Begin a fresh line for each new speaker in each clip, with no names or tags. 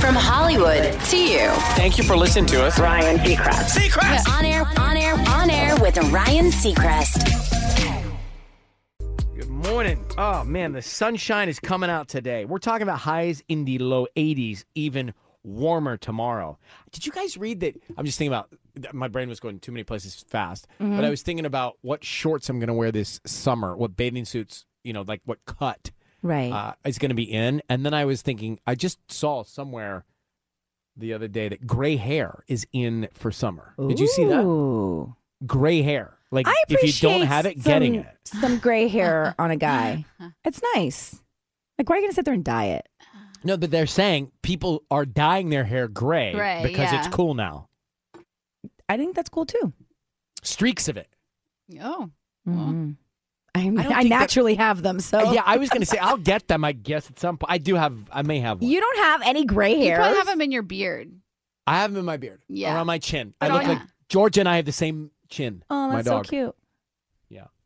From Hollywood to you.
Thank you for listening to us.
Ryan Seacrest.
You're on air, on air, on air with Ryan Seacrest.
Good morning. Oh man, the sunshine is coming out today. We're talking about highs in the low 80s, even warmer tomorrow. Did you guys read that? I'm just thinking about my brain was going too many places fast,
Mm-hmm.
but I was thinking about what shorts I'm going to wear this summer, what bathing suits, you know, like what cut
Right.
uh, is going to be in. And then I was thinking, I just saw somewhere the other day that gray hair is in for summer. Did you see that?
Ooh.
Gray hair. Like
I
if
appreciate
you don't have it, getting
some-
it.
Some gray hair on a guy. It's nice. Like, why are you going to sit there and dye it?
No, but they're saying people are dyeing their hair gray
Gray,
because
yeah.
it's cool now.
I think that's cool too.
Streaks of it.
Oh,
Mhm. I, mean,
I
I,
don't think that-
naturally have them, so
Yeah, I was gonna say I'll get them. I guess at some point I do have. I may have one.
you don't have any gray
you
hair.
probably have them in your beard.
I have them in my beard.
Yeah.
around my chin.
But
I look
on-
like Georgia and I have the same chin.
Oh,
my
that's so
dog.
cute.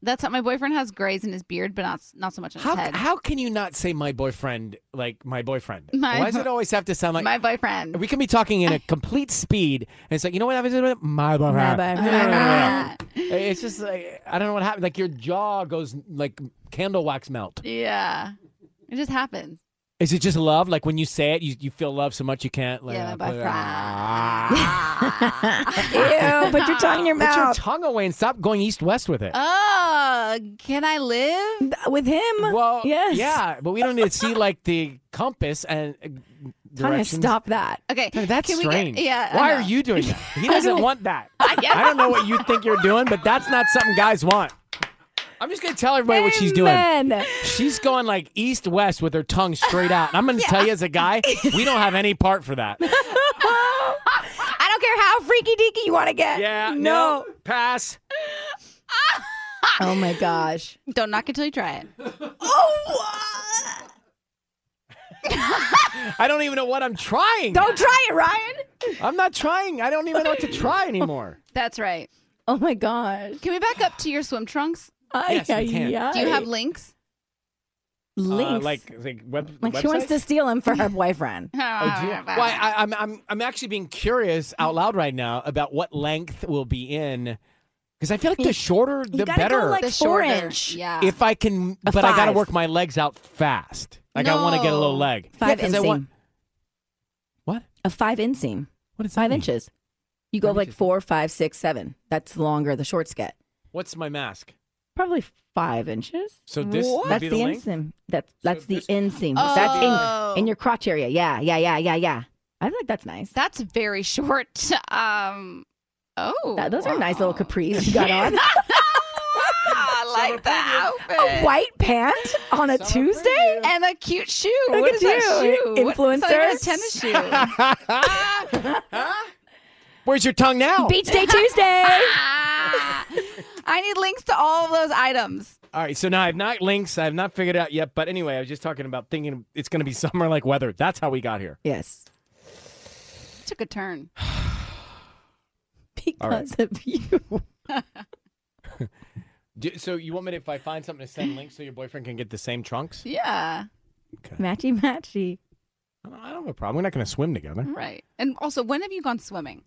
That's how my boyfriend has grays in his beard, but not not so much in
How
his head.
how can you not say my boyfriend like my boyfriend?
My
Why does
bo-
it always have to sound like?
my boyfriend.
we can be talking in a complete speed, and it's like you know what happens to it? My boyfriend.
My
Ah.
It's just like eh. I don't know what happened. Like your jaw goes like candle wax melt.
yeah, it just happens.
Is it just love? Like when you say it, you, you feel love so much you can't. Like,
Yeah, my
put it-
boyfriend.
Ew, put your tongue in your
Put your
mouth.
tongue away and stop going east west with it.
Oh, can I live?
With him.
Oh.
well,
yes.
yeah, but we don't need to see like the compass and uh,
Tanya,
directions.
stop that.
Okay,
Hey, that's
can we get-
strange.
yeah, I
Why are
know.
you doing that? He doesn't want that.
guess-
I don't know what you think you're doing, but that's not something guys want. I'm just gonna tell everybody what she's doing.
Amen.
She's going like east west with her tongue straight out. And I'm going to tell you as a guy, we don't have any part for that.
I don't care how freaky deaky you want to get.
Yeah.
No.
Pass.
Oh my gosh.
Don't knock it till you try it.
I don't even know what I'm trying.
Don't try it, Ryan.
I'm not trying. I don't even know what to try anymore.
That's right.
Oh my gosh.
Can we back up to your swim trunks?
Yes, we can.
Ay,
Do you
ay,
have
ay.
links?
links?
Uh, like, like, web,
Like she wants
websites?
to steal him for her boyfriend.
Oh, do you? Why I, I'm I'm I'm actually being curious out loud right now about what length will be in, because I feel like the shorter the
you gotta
better.
Go like
The
four
shorter.
inch.
Yeah.
if I can,
A
but I gotta
five.
work my legs out fast. Like I want to get a little
No.
leg. Yeah,
Five
'cause I
inseam.
want- what?
A five inseam.
What is that
Five
mean?
inches. You go
Five
like
inches.
four, five, six, seven. That's the longer the shorts get.
What's my mask?
Probably five inches.
So this would
That's
be
the,
the, length.
inseam. That's that's the
this-
inseam.
Oh.
That's in, in your crotch area. Yeah, yeah, yeah, yeah, yeah. I feel like that's nice.
That's very short. Um. Oh,
That- those are nice
wow.
little capris you got on.
Ah, I like that outfit.
a white pant on a Tuesday.
and a cute shoe.
Look
what
at
is that
you,
shoe? What- it's not even a
influencers.
tennis shoe.
Where's your tongue now?
Beach day Tuesday.
Ah, I need links to all of those items.
All right, so now I have not links. I have not figured it out yet. But anyway, I was just talking about thinking it's going to be summer like weather. That's how we got here.
yes.
Took a turn.
Because of you.
Do, so you want me to, if I find something to send links so your boyfriend can get the same trunks?
Yeah,
Matchy matchy.
I don't- I don't have a problem. We're not going to swim together.
right. And also, when have you gone swimming?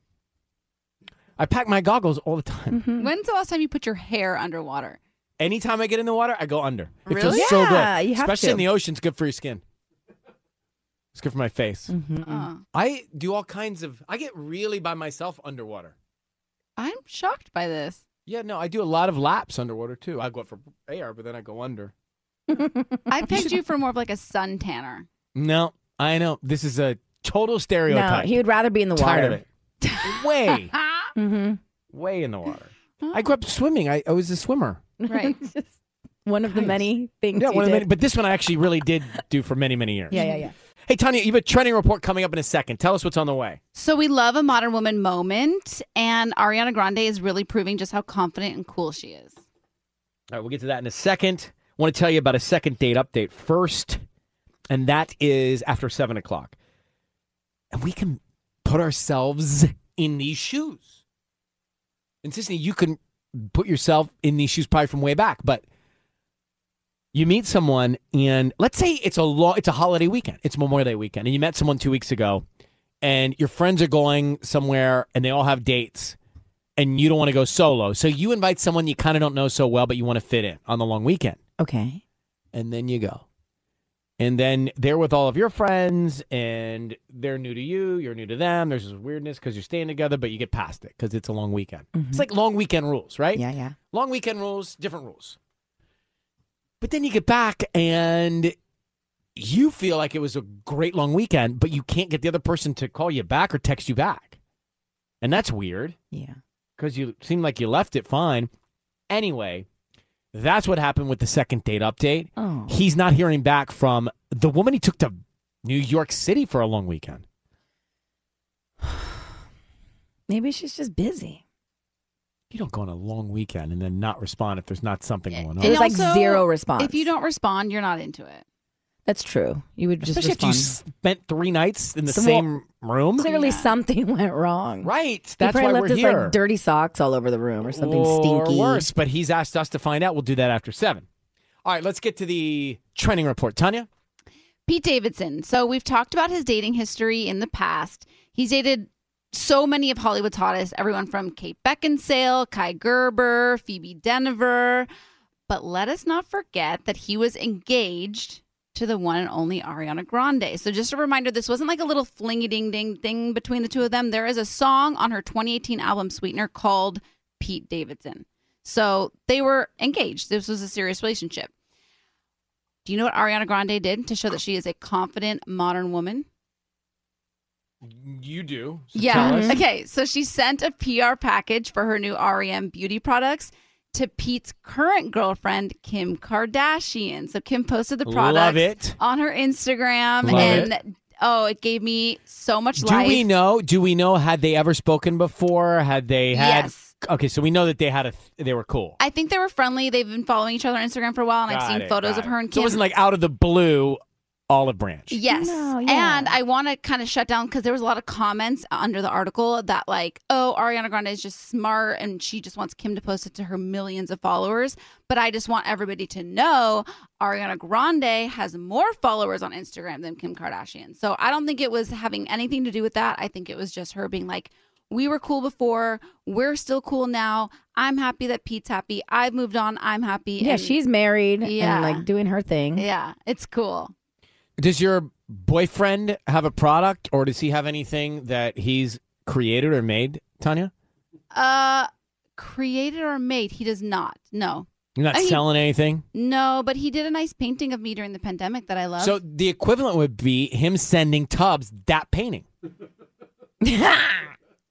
I pack my goggles all the time.
Mm-hmm.
When's the last time you put your hair underwater?
Anytime I get in the water, I go under. It feels
Really?
so
Yeah,
good.
you have
Especially
to.
in the ocean, it's good for your skin. It's good for my face.
Mm-hmm,
Oh,
I do all kinds of. I get really by myself underwater.
I'm shocked by this.
Yeah, no, I do a lot of laps underwater too. I go up for air, but then I go under.
I picked you for more of like a sun tanner.
No, I know this is a total
No,
stereotype.
he would rather be in the water.
tired of it. way,
Mm-hmm.
way in the water. I grew up swimming. I, I was a swimmer.
Right.
One of the many things.
Yeah,
you
one of the
did.
many, but this one I actually really did do for many, many years.
Yeah, yeah, yeah.
Hey, Tanya, you have a trending report coming up in a second. Tell us what's on the way.
So we love a modern woman moment, and Ariana Grande is really proving just how confident and cool she is.
All right, we'll get to that in a second. I want to tell you about a second date update first, and that is after seven o'clock. And we can put ourselves in these shoes. And Sisney, you can put yourself in these shoes probably from way back, but you meet someone and let's say it's a long, it's a holiday weekend. It's Memorial Day weekend, and you met someone two weeks ago, and your friends are going somewhere and they all have dates and you don't want to go solo. So you invite someone you kind of don't know so well, but you want to fit in on the long weekend.
Okay.
And then you go. And then they're with all of your friends and they're new to you. You're new to them. There's this weirdness because you're staying together, but you get past it because it's a long weekend. It's like long weekend rules, right?
Mm-hmm. Yeah, yeah.
Long weekend rules, different rules. But then you get back and you feel like it was a great long weekend, but you can't get the other person to call you back or text you back. And that's weird
Yeah.
because you seemed like you left it fine. Anyway, that's what happened with the second date update.
Oh.
He's not hearing back from the woman he took to New York City for a long weekend.
Maybe she's just busy.
You don't go on a long weekend and then not respond if there's not something going on.
It was like
also,
zero response.
If you don't respond, you're not into it.
That's true. You would just
Especially if you
respond.
spent three nights in the
Some-
same room.
Clearly,
Yeah.
something went wrong.
Right.
He
That's
probably
why
left
we're
his
here.
like dirty socks all over the room or something stinky.
Or worse, but he's asked us to find out. We'll do that after seven. All right, let's get to the trending report. Tanya?
Pete Davidson. So we've talked about his dating history in the past. He's dated so many of Hollywood's hottest, everyone from Kate Beckinsale, Kai Gerber, Phoebe Denver. But let us not forget that he was engaged to the one and only Ariana Grande. So just a reminder, this wasn't like a little flingy ding ding thing between the two of them. There is a song on her 2018 album Sweetener called Pete Davidson. So they were engaged. This was a serious relationship. Do you know what Ariana Grande did to show that she is a confident modern woman?
You do.
Yeah. Okay. So she sent a PR package for her new REM beauty products to Pete's current girlfriend, Kim Kardashian. So Kim posted the products
Love it.
on her Instagram.
Love
and oh, it gave me so much
Do
life.
we know? Do we know? Had they ever spoken before? Had they had?
Yes.
Okay, so we know that they had a. Th- they were cool.
I think they were friendly. They've been following each other on Instagram for a while, and I've
Got
seen
it,
photos
got
of
it.
her and
So
Kim.
it wasn't like out of the blue, olive branch.
Yes.
No, yeah.
And I want to kind of shut down because there was a lot of comments under the article that, like, oh, Ariana Grande is just smart and she just wants Kim to post it to her millions of followers. But I just want everybody to know Ariana Grande has more followers on Instagram than Kim Kardashian. So I don't think it was having anything to do with that. I think it was just her being like, we were cool before. We're still cool now. I'm happy that Pete's happy. I've moved on. I'm happy.
Yeah,
And-
she's married
Yeah.
and like doing her thing.
Yeah, it's cool.
Does your boyfriend have a product, or does he have anything that he's created or made? Tanya,
Uh, created or made? He does not. No,
you're not
I mean-
selling anything.
no. But he did a nice painting of me during the pandemic that I love.
So the equivalent would be him sending Tubbs that painting.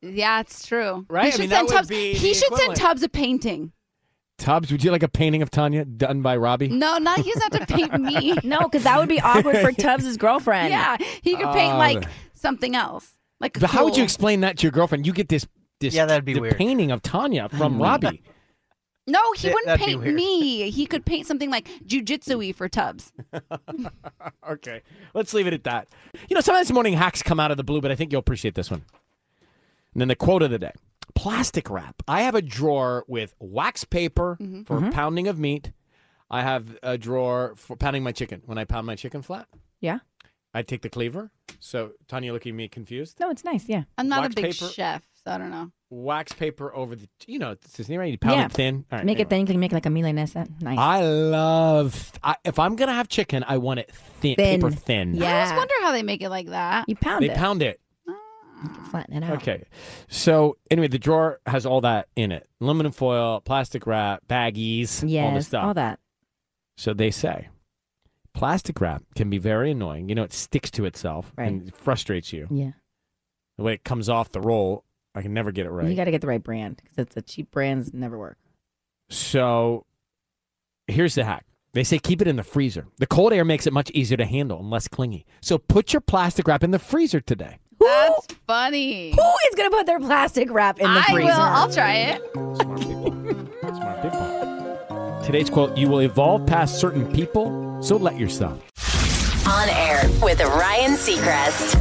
yeah, it's true.
Right? I
He should
mean, that
send
would
Tubbs.
be
He
the
should send
equivalent.
Tubbs a painting.
Tubbs, would you like a painting of Tanya done by Robbie?
No, not he doesn't have to paint me.
No, because that would be awkward for Tubbs' girlfriend.
yeah, he could paint
Oh,
like
the-
something else. Like, a
But how would you
cool-
explain that to your girlfriend? You get this. This,
Yeah, that'd be
the
weird.
painting of Tanya from Robbie.
No, he
Yeah,
wouldn't
that'd be
paint
weird.
me. He could paint something like jujitsu-y for Tubbs.
Okay, let's leave it at that. You know, sometimes morning hacks come out of the blue, but I think you'll appreciate this one. And then the quote of the day plastic wrap. I have a drawer with wax paper
Mm-hmm.
for
Mm-hmm.
pounding of meat. I have a drawer for pounding my chicken. When I pound my chicken flat,
Yeah.
I take the cleaver. So, Tanya looking at me confused.
No, it's nice. Yeah.
I'm not
Wax
a big
paper.
chef, so I don't know.
Wax paper over the, you know, this is right. You pound
Yeah.
it thin. All right,
make
anyway.
it thin. Can you make like a milanesa? Nice.
I love, I, if I'm going to have chicken, I want it thin,
Thin.
paper thin.
Yeah.
I just wonder how they make it like that.
you pound
They
it. Ah,
pound it.
flatten it out.
Okay. So anyway, the drawer has all that in it: aluminum foil, plastic wrap, baggies,
Yes.
all this stuff.
All that.
So they say plastic wrap can be very annoying. You know, it sticks to itself and frustrates you.
Yeah.
The way it comes off the roll, I can never get it right.
You got to get the right brand because it's a cheap brands never work.
so here's the hack. They say keep it in the freezer. The cold air makes it much easier to handle and less clingy. So put your plastic wrap in the freezer today.
That's funny.
Who is going to put their plastic wrap in the
I
freezer?
will. I'll try it.
Smart people. Smart people. Today's quote You will evolve past certain people, so let yourself.
On air with Ryan Seacrest.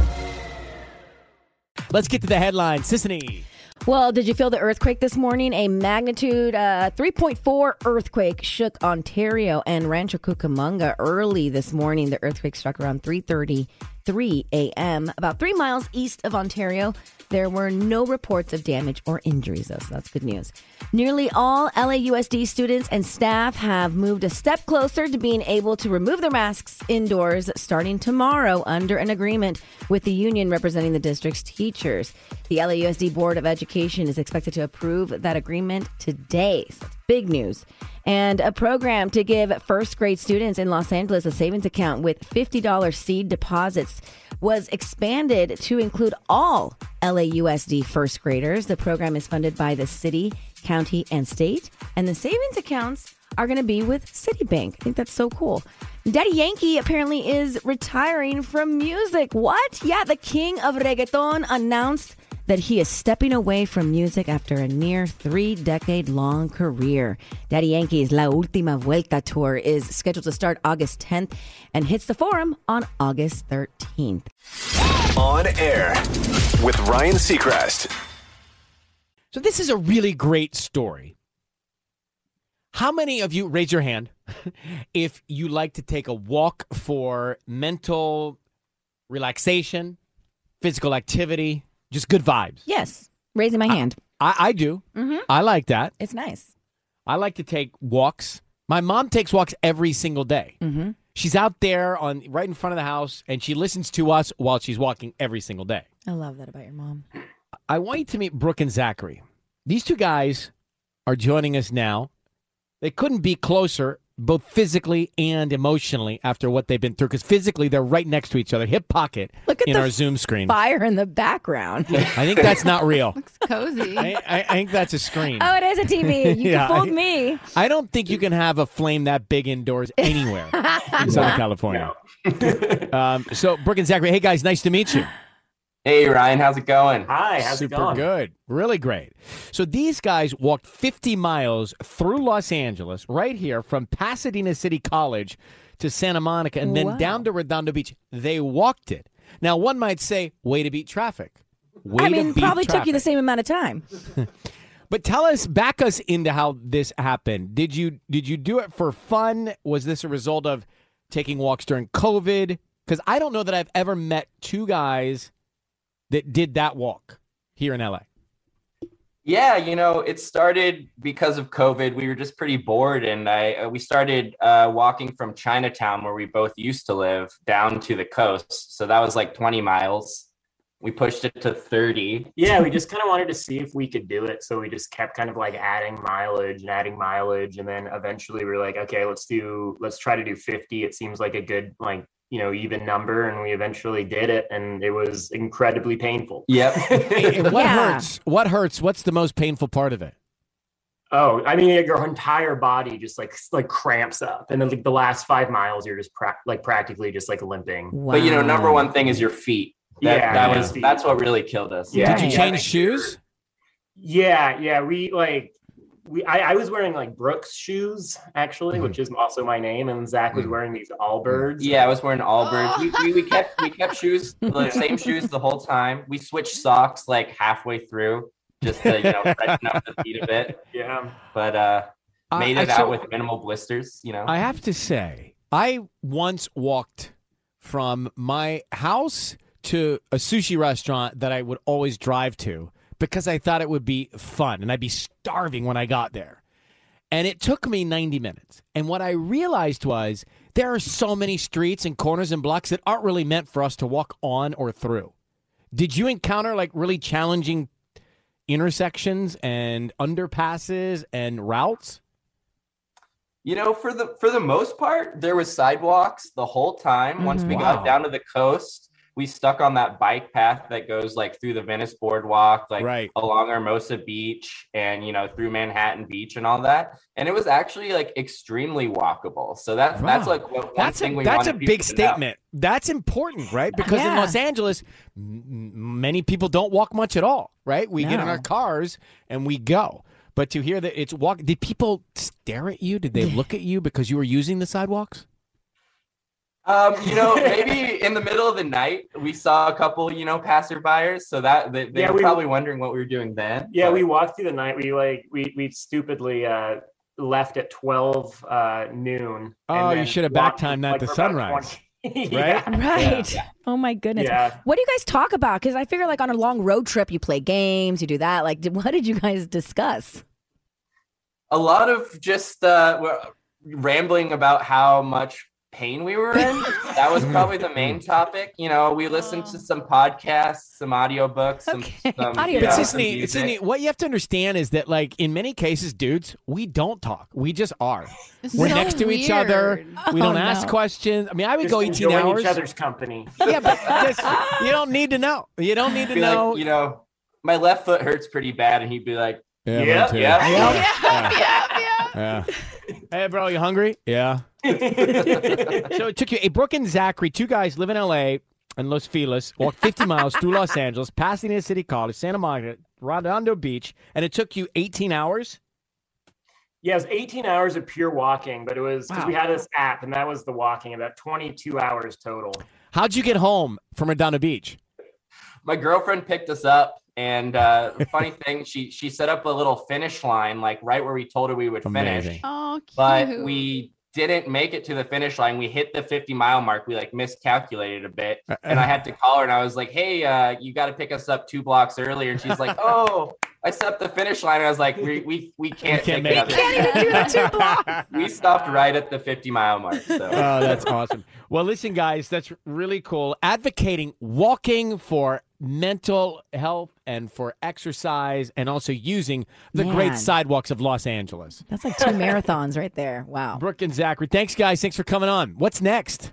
Let's get to the headline. Sissany.
Well, did you feel the earthquake this morning? A magnitude uh, 3.4 earthquake shook Ontario and Rancho Cucamonga early this morning. The earthquake struck around 3:33 a.m. about three miles east of Ontario. There were no reports of damage or injuries, though, so that's good news. Nearly all LAUSD students and staff have moved a step closer to being able to remove their masks indoors starting tomorrow under an agreement with the union representing the district's teachers. The LAUSD Board of Education is expected to approve that agreement today. So that's big news. And a program to give first grade students in Los Angeles a savings account with $50 seed deposits was expanded to include all LAUSD first graders. The program is funded by the city, county, and state, and the savings accounts are going to be with Citibank. I think that's so cool. Daddy Yankee apparently is retiring from music. What? Yeah, the king of reggaeton announced that he is stepping away from music after a near three decade long career. Daddy Yankee's La Última Vuelta tour is scheduled to start August 10th and hits the forum on August 13th.
On air with Ryan Seacrest.
So, this is a really great story. How many of you, raise your hand, if you like to take a walk for mental relaxation, physical activity, just good vibes?
Yes, raising my hand.
I, I do.
Mm-hmm.
I like that.
It's nice.
I like to take walks. My mom takes walks every single day.
Mhm.
She's out there on right in front of the house, and she listens to us while she's walking every single day.
I love that about your mom.
I want you to meet Brooke and Zachary. These two guys are joining us now. They couldn't be closer, both physically and emotionally, after what they've been through. Because physically, they're right next to each other, hip pocket
Look at
in
the
our Zoom screen. I
Fire in the background.
think that's not real.
Looks cozy.
I, I, I think that's a screen.
Oh, it is a TV. You
Yeah,
fooled
I-
me.
I don't think you can have a flame that big indoors anywhere in Southern California. um, so, Brooke and Zachary, hey guys, nice to meet you.
Hey Ryan, how's it going?
Hi, how's
Super
it going?
good. Really great. So, these guys walked 50 miles through Los Angeles, right here from Pasadena City College to Santa Monica, and then
Wow.
down to Redondo Beach. They walked it. Now, one might say, way to beat traffic. Way
I
to
mean,
beat
probably took you the
traffic.
same amount of time.
But tell us, back us into how this happened. Did you did you do it for fun? Was this a result of taking walks during COVID? Because I don't know that I've ever met two guys that did that walk here in LA.
Yeah, you know, it started because of COVID. We were just pretty bored, and I uh, we started uh, walking from Chinatown, where we both used to live, down to the coast. So that was like 20 miles. We pushed it to 30.
Yeah, we just kind of wanted to see if we could do it. So we just kept kind of like adding mileage and adding mileage. And then eventually we were like, okay, let's do, let's try to do 50. It seems like a good, like, you know, even number. And we eventually did it. And it was incredibly painful.
Yep.
And what
Yeah.
hurts? What hurts? What's the most painful part of it?
oh, I mean, your entire body just like, like cramps up. And then like the last five miles, you're just pra- like practically just like limping.
Wow.
But you know, number one thing is your feet. That,
Yeah,
that
yeah.
was that's what really killed us.
Yeah.
Did you
Yeah.
change shoes?
Yeah, yeah. We like we I, I was wearing like Brooks shoes actually,
Mhm.
which is also my name, and Zach was
Mhm.
wearing these Allbirds.
Yeah, I was wearing Allbirds. We, we, we kept we kept shoes, the same shoes the whole time. We switched socks like halfway through, just to you know freshen up the feet a bit.
Yeah.
But uh,
I-
made
I-
it
so-
out with minimal blisters. You know.
I have to say, I once walked from my house to a sushi restaurant that I would always drive to because I thought it would be fun and I'd be starving when I got there. And it took me 90 minutes. And what I realized was there are so many streets and corners and blocks that aren't really meant for us to walk on or through. Did you encounter like really challenging intersections and underpasses and routes?
You know, for the for the most part, there was sidewalks the whole time. Once we
Mm-hmm. Wow.
got down to the coast, we stuck on that bike path that goes like through the Venice boardwalk, like
Right.
along Hermosa Beach and you know through Manhattan Beach and all that. And it was actually like extremely walkable. So that's that's
Wow.
like what, one
That's
thing
a,
we
that's a
wanted people
big
to know.
statement. That's important, right? Because in
Yeah.
Los Angeles, m- m- many people don't walk much at all, right? We get in
No.
our cars and we go. But to hear that it's walk, did people stare at you? Did they look at you because you were using the sidewalks?
Um, you know, maybe in the middle of the night we saw a couple, you know, passerbyers. So that they, they
Yeah,
were
we-
probably wondering what we were doing then.
Yeah,
but-
we walked through the night. We like we we stupidly uh left at twelve uh noon. and
Oh, you
then
should have back
walked,
timed that
like,
to
for about
sunrise,
20
right?
yeah.
Right. Oh my goodness.
Yeah.
What do you guys talk about? Because I figure, like, on a long road trip, you play games, you do that. Like, did, what did you guys discuss?
a lot of just uh, we're rambling about how much pain we were in. that was probably the
Mm.
main topic. You know, we listened to some podcasts, some audiobooks, some,
Oh. Okay,
some
audiobooks.
But
yeah,
it's just
some
neat. It's just
music.
neat. What you have to understand is that, like, in many cases, dudes, we don't talk. We just are.
It's
We're
so
next to each other.
weird.
We don't
Oh,
ask
no.
questions. I mean, I would
Just
go 18
enjoying
hours.
each other's company.
yeah, but just, you don't need to know. You don't need to
Be
know.
like, you know, my left foot hurts pretty bad, and he'd be like,
Yeah,
Yeah,
mine too.
yeah.
Yeah.
Yeah, yeah.
Yeah. Hey, bro, you hungry? Yeah. so it took you. Hey, Brooke and Zachary, two guys live in L.A. and Los Feliz, walked 50 miles through Los Angeles, Pasadena City College, Santa Monica, Redondo Beach, and it took you 18 hours.
Yeah, it was 18 hours of pure walking, but it was because we
Wow.
had this app and that was the walking, about 22 hours total.
How'd you get home from Redondo Beach?
my girlfriend picked us up and uh funny thing she she set up a little finish line like right where we told her we would
Amazing.
finish
Oh, cute.
but we didn't make it to the finish line we hit the 50 mile mark we like miscalculated a bit and i had to call her and i was like hey uh you got to pick us up two blocks earlier and she's like oh i stepped the finish line i was like we we, we can't,
can't
pick
make
it up.
Can't even do the two blocks.
we stopped right at the 50 mile mark so
Oh, that's awesome. Well, listen, guys, that's really cool. Advocating walking for mental health and for exercise and also using the
Man.
great sidewalks of Los Angeles.
That's like two marathons right there. Wow.
Brooke and Zachary, thanks, guys. Thanks for coming on. What's next?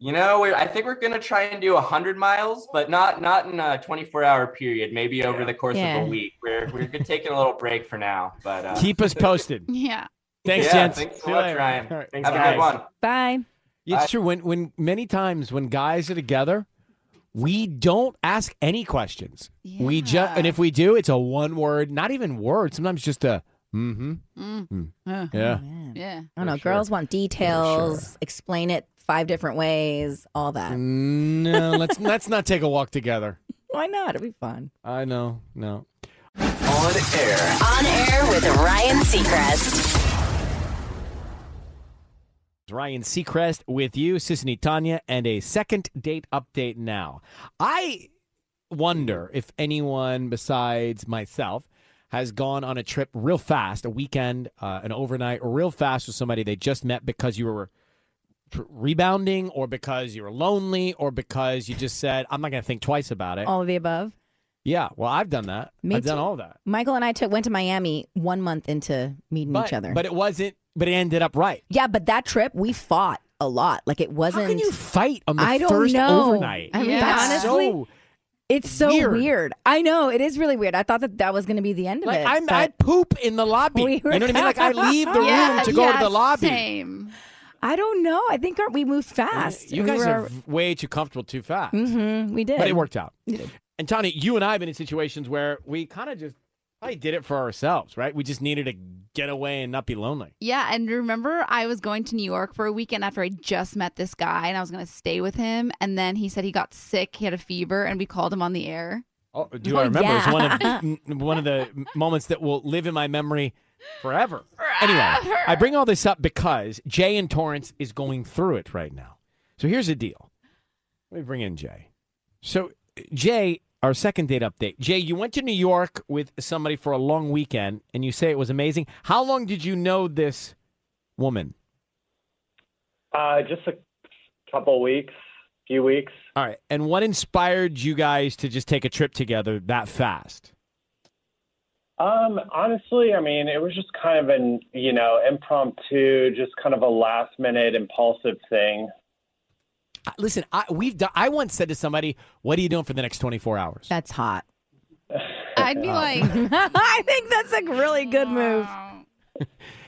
You know, we're, I think we're going to try and do 100 miles, but not not in a 24 hour period, maybe over the course
Yeah.
of a week. We're, we're g- taking a little break for now. But uh,
Keep us posted.
Yeah.
Thanks,
yeah,
gents.
Thanks so
See you
much,
later.
Ryan.
All right.
Thanks,
Have a
guys.
good one.
Bye.
It's true. When when many times when guys are together, we don't ask any questions. We just and
Yeah.
if we do, it's a one word, not even word. Sometimes just a mm-hmm.
Mm.
Mm.
Uh-huh.
Uh,
Yeah.
Man.
yeah.
I don't know.
For sure.
Girls want details, explain it five different ways, all that.
No, let's let's not take a walk together.
Why not? It'll be fun.
I know. No.
On air
On air with Ryan Seacrest.
It's Ryan Seacrest with you, Sisney Tanya, and a second date update now. I wonder if anyone besides myself has gone on a trip real fast, a weekend, uh, an overnight, or real fast with somebody they just met because you were tr- rebounding, or because you were lonely, or because you just said, "I'm not going to think twice about it."
All of the above.
Yeah, well, I've done that.
Oh. Me
I've done
too.
all that.
Michael and I took went to Miami one month into meeting
But,
each other.
but it wasn't. But it ended up right.
yeah, but that trip we fought a lot. Like it wasn't.
How can you fight on the
I don't
first
know.
overnight?
I mean,
Yeah.
That's
honestly,
so-
it's so
weird.
weird. I know it is really weird. I thought that that was going to be the end of
Like
it.
I'm,
but-
I poop in the lobby.
We were-
you know what I mean? Like I leave the
yeah,
room to go to
yeah,
the lobby.
Same.
I don't know. I think our, we moved fast.
You
We
guys
were-
are v- way too comfortable too fast.
Mhm, we did.
But it worked out. And Tony, you and I have been in situations where we kind of just I did it for ourselves, right? We just needed to get away and not be lonely.
Yeah, and remember I was going to New York for a weekend after I just met this guy and I was going to stay with him and then he said he got sick, he had a fever and we called him on the air.
Oh, do
Oh,
I remember? It's one of
yeah.
m- one of the moments that will live in my memory forever. Anyway, I bring all this up because Jay and Torrance is going through it right now. So here's the deal. Let me bring in Jay. So Jay, our second date update. Jay, you went to New York with somebody for a long weekend, and you say it was amazing. How long did you know this woman?
Uh, just a couple weeks, few weeks.
All right, and what inspired you guys to just take a trip together that fast?
Um, honestly, I mean, it was just kind of an you know impromptu, just kind of a last minute impulsive thing.
I- Listen, I we've done, I once said to somebody, "What are you doing for the next 24 hours?"
That's hot.
I'd be like,
I think that's a really good move.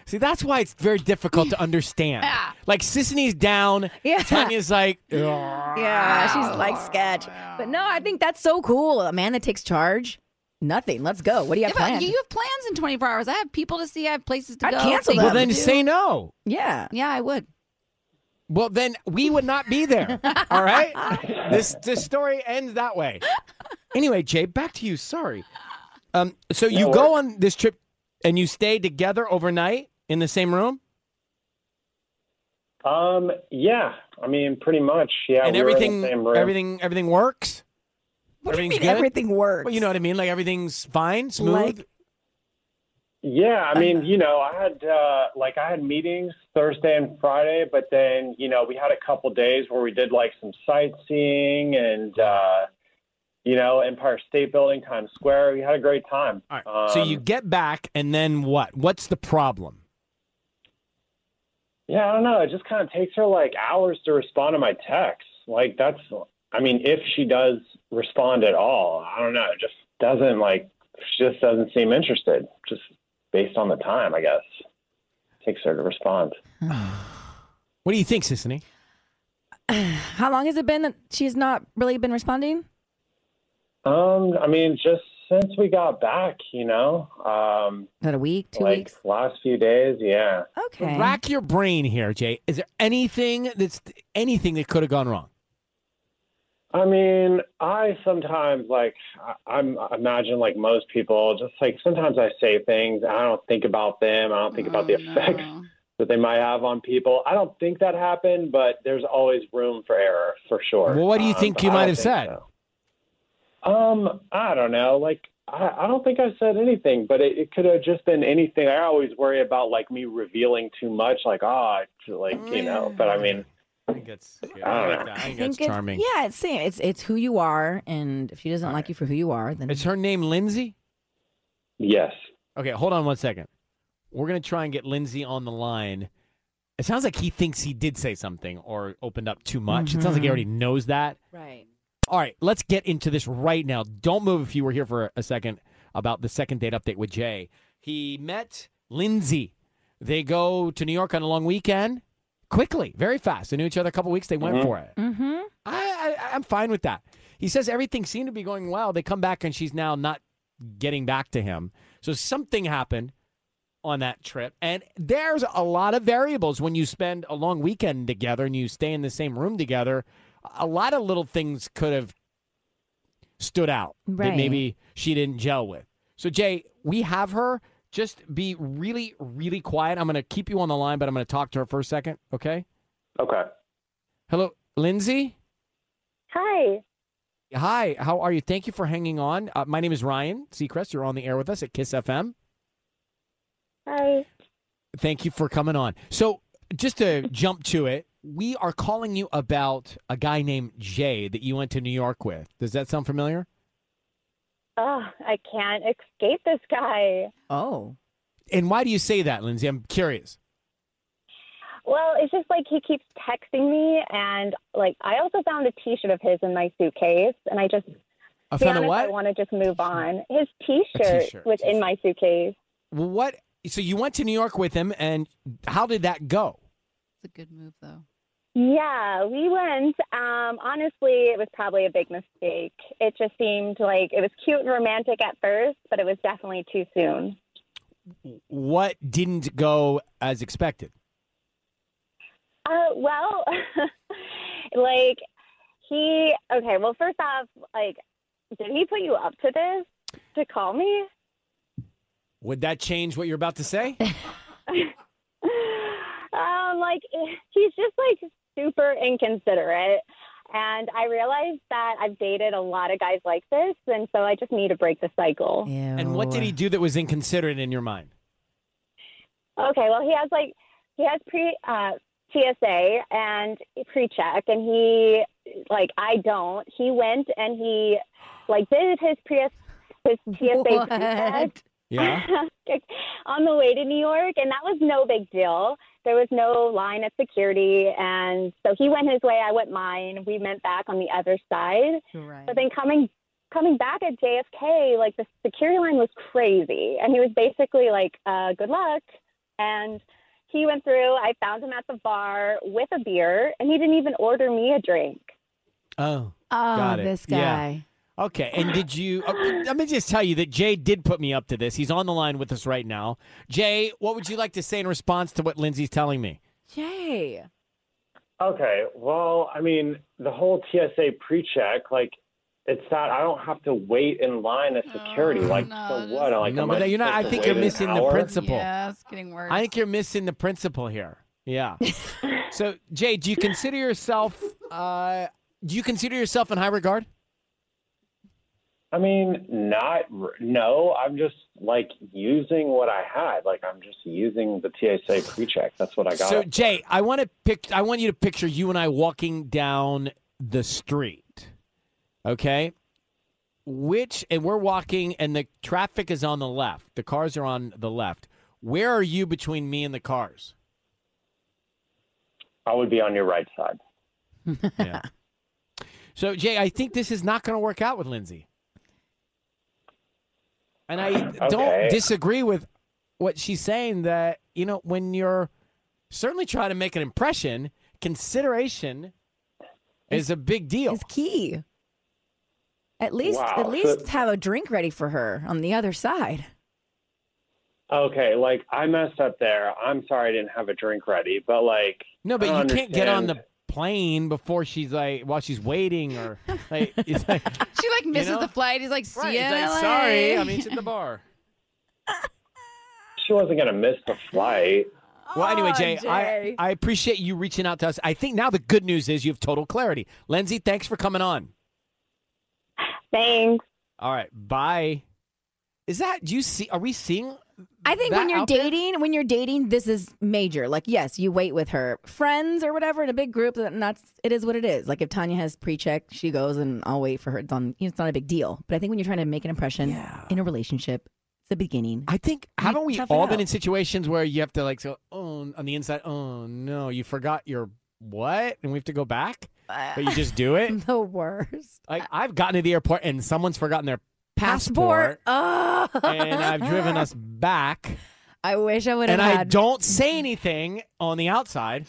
See, that's why it's very difficult to understand.
Yeah.
Like Sisney's down,
Yeah.
Tanya's like, "Ugh."
Yeah, she's like sketch. But no, I think that's so cool. A man that takes charge. Nothing. Let's go. What do you
Yeah,
have
but
planned?
you have plans in 24 hours. I have people to see. I have places to
I'd
go.
cancel
things
well,
them.
to
then
do.
say no.
yeah.
Yeah, I would.
Well, then we would not be there. all right, this this story ends that way. Anyway, Jay, back to you. Sorry. Um, so you go on this trip and you stay together overnight in the same room,
Um, yeah, I mean, pretty much. Yeah,
and
we were in the
everything
same room.
everything everything works.
What do you mean
Everything's good?
everything works?
Well, you know what I mean. Like everything's fine, smooth.
Like-
Yeah, I mean, you know, I had uh, like I had meetings Thursday and Friday, but then you know we had a couple days where we did like some sightseeing and uh, you know Empire State Building, Times Square. We had a great time.
All right. so you
Um,
get back, and then what? What's the problem?
yeah, I don't know. It just kind of takes her like hours to respond to my texts. Like that's, I mean, if she does respond at all, I don't know. It just doesn't like she just doesn't seem interested. Just based on the time, I guess. Takes her to respond.
What do you think, Sissany?
How long has it been that she's not really been responding?
Um, I mean, just since we got back, you know, um,
About a week, two
like
weeks.
last few days, yeah.
Okay.
Rack your brain here, Jay. Is there anything that's anything that could have gone wrong?
I mean, I sometimes like I, I'm I imagine like most people, just like sometimes I say things and I don't think about them. I don't think about the
Oh, no.
effects that they might have on people. I don't think that happened, but there's always room for error for sure.
Well, what do you think
but
you
I
might
don't
have
think
said?
so. Um, I don't know. Like, I, I don't think I said anything, but it, it could have just been anything. I always worry about like me revealing too much, like, ah, like, you know, but I mean,
I think that's,
I like
I think
Think
that's
it-
charming.
Yeah, it's same. It's it's who you are, and if she doesn't like you for who you are, then
Is her name Lindsay?
yes.
Okay, hold on one second. We're gonna try and get Lindsay on the line. It sounds like he thinks he did say something or opened up too much. It
Mm-hmm.
sounds like he already knows that.
right.
All right, let's get into this right now. Don't move if you were here for a second about the second date update with Jay. He met Lindsay. They go to New York on a long weekend quickly, very fast. They knew each other a couple weeks. They went for it.
Mm-hmm.
I, I, I'm fine with that. He says everything seemed to be going well. They come back and she's now not getting back to him. So something happened on that trip. And there's a lot of variables when you spend a long weekend together and you stay in the same room together. A lot of little things could have stood out that
Right.
maybe she didn't gel with. So, Jay, we have her. Just be really, really quiet. I'm going to keep you on the line, but I'm going to talk to her for a second. Okay.
Okay.
Hello, Lindsay.
Hi.
Hi, how are you? Thank you for hanging on. Uh, my name is Ryan Seacrest. You're on the air with us at Kiss FM.
Hi.
Thank you for coming on. So, just to jump to it, we are calling you about a guy named Jay that you went to New York with. Does that sound familiar?
Oh, I can't escape this guy.
Oh,
And why do you say that, Lindsay? I'm curious.
Well, it's just like he keeps texting me, and like I also found a T-shirt of his in my suitcase, and I just
I
to be
found
honest,
a
I
what?
want to just move on. His
A
T-shirt,
t-shirt,
was
t-shirt.
in my suitcase.
Well, what? So you went to New York with him, and how did that go?
It's a good move, though.
Yeah, we went. Um, honestly, it was probably a big mistake. It just seemed like it was cute and romantic at first, but it was definitely too soon.
What didn't go as expected?
Uh, well, like he. Okay, well, first off, like, did he put you up to this to call me?
Would that change what you're about to say?
um, like he's just like super inconsiderate. And I realized that I've dated a lot of guys like this, and so I just need to break the cycle.
and what did he do that was inconsiderate in your mind?
Okay, well, he has like he has pre uh, TSA and pre check, and he like I don't. He went and he like did his pre his TSA pre check
What?
Yeah.
on the way to New York, and that was no big deal.
there was no line at security. And so he went his way, I went mine. We went back on the other side.
Right.
But then coming coming back at JFK, like the security line was crazy, and he was basically like, uh, "Good luck." And he went through. I found him at the bar with a beer, and he didn't even order me a drink.
Oh.
Oh,
got it.
this
Yeah.
guy.
Okay, and did you? uh, let me just tell you that Jay did put me up to this. He's on the line with us right now. Jay, what would you like to say in response to what Lindsay's telling me?
Jay.
Okay. Well, I mean, the whole TSA pre-check, like, it's not. I don't have to wait in line at security. like, so what? Like,
no,
am
but
I
you're not. I
supposed to
think
wait
you're
an
missing the
hour?
principle.
Yeah, it's getting worse.
I think you're missing the principle here. Yeah. so, Jay, do you consider yourself? Uh, do you consider yourself in high regard?
I mean, not r- no. I'm just like using what I had. Like, I'm just using the TSA pre-check. That's what I got.
So, Jay, I want to pic- I want you to picture you and I walking down the street. Okay. Which and we're walking, and the traffic is on the left. The cars are on the left. Where are you between me and the cars?
I would be on your right side.
Yeah. so, Jay, I think this is not going to work out with Lindsay. And I
Okay.
don't disagree with what she's saying that, you know, when you're certainly trying to make an impression, consideration is a big deal.
Is key. At least,
Wow,
at
so-
least have a drink ready for her on the other side.
Okay, like I messed up there. I'm sorry I didn't have a drink ready, but like
No, but
I
you
don't
can't get on the
understand.
plane before she's like, while she's waiting or like, it's like,
she like misses
know?
the flight. He's like, see
right,
you
it's
in LA.
like, sorry, I mean, it's at the bar.
she wasn't gonna miss the flight.
Well, anyway,
Oh,
Jay,
Jay.
I, I appreciate you reaching out to us. I think now the good news is you have total clarity. Lindsay, thanks for coming on.
Thanks.
All right, bye. Is that do you see? Are we seeing?
I think when
that
you're
out there?
dating, when you're dating, this is major. Like, yes, you wait with her friends or whatever in a big group, and that's it is what it is. Like, if Tanya has pre-check, she goes and I'll wait for her. It's on. you know, It's not a big deal. But I think when you're trying to make an impression in a relationship, it's the beginning.
I think haven't we
tough it
all been
out.
in situations where you have to like so oh on the inside oh no you forgot your what and we have to go back but you just do it.
the worst
Like I've gotten to the airport and someone's forgotten their passport,
passport. Oh,
and I've driven us back
I wish I would have
and I
had.
don't say anything on the outside.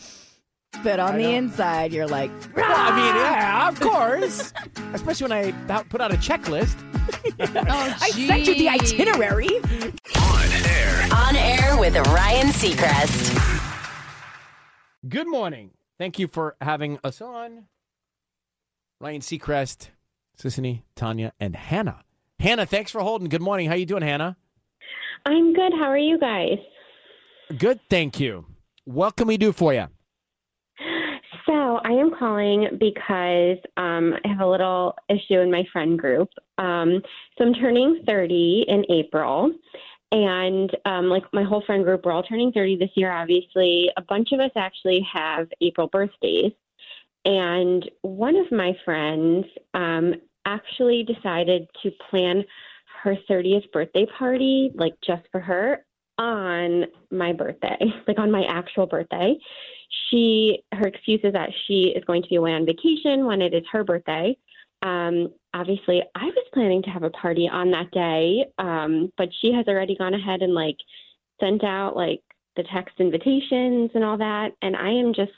but on the inside, you're like, "Ah!"
Well, I mean, yeah, of course. Especially when I out- put out a checklist.
Oh,
I sent you the
geez.
itinerary.
On air with Ryan Seacrest.
Good morning. Thank you for having us on. Ryan Seacrest, Sissany, Tanya, and Hannah. Hannah, thanks for holding. Good morning. How you doing, Hannah?
I'm good. How are you guys?
Good, thank you. What can we do for you?
So I am calling because um, I have a little issue in my friend group. Um, so I'm turning 30 in April. And um, like my whole friend group, we're all turning 30 this year, obviously. A bunch of us actually have April birthdays. And one of my friends um, actually decided to plan her 30th birthday party, like just for her, on my birthday, like on my actual birthday she her excuse is that she is going to be away on vacation when it is her birthday. Um, obviously, I was planning to have a party on that day, um, but she has already gone ahead and like sent out like the text invitations and all that, and I am just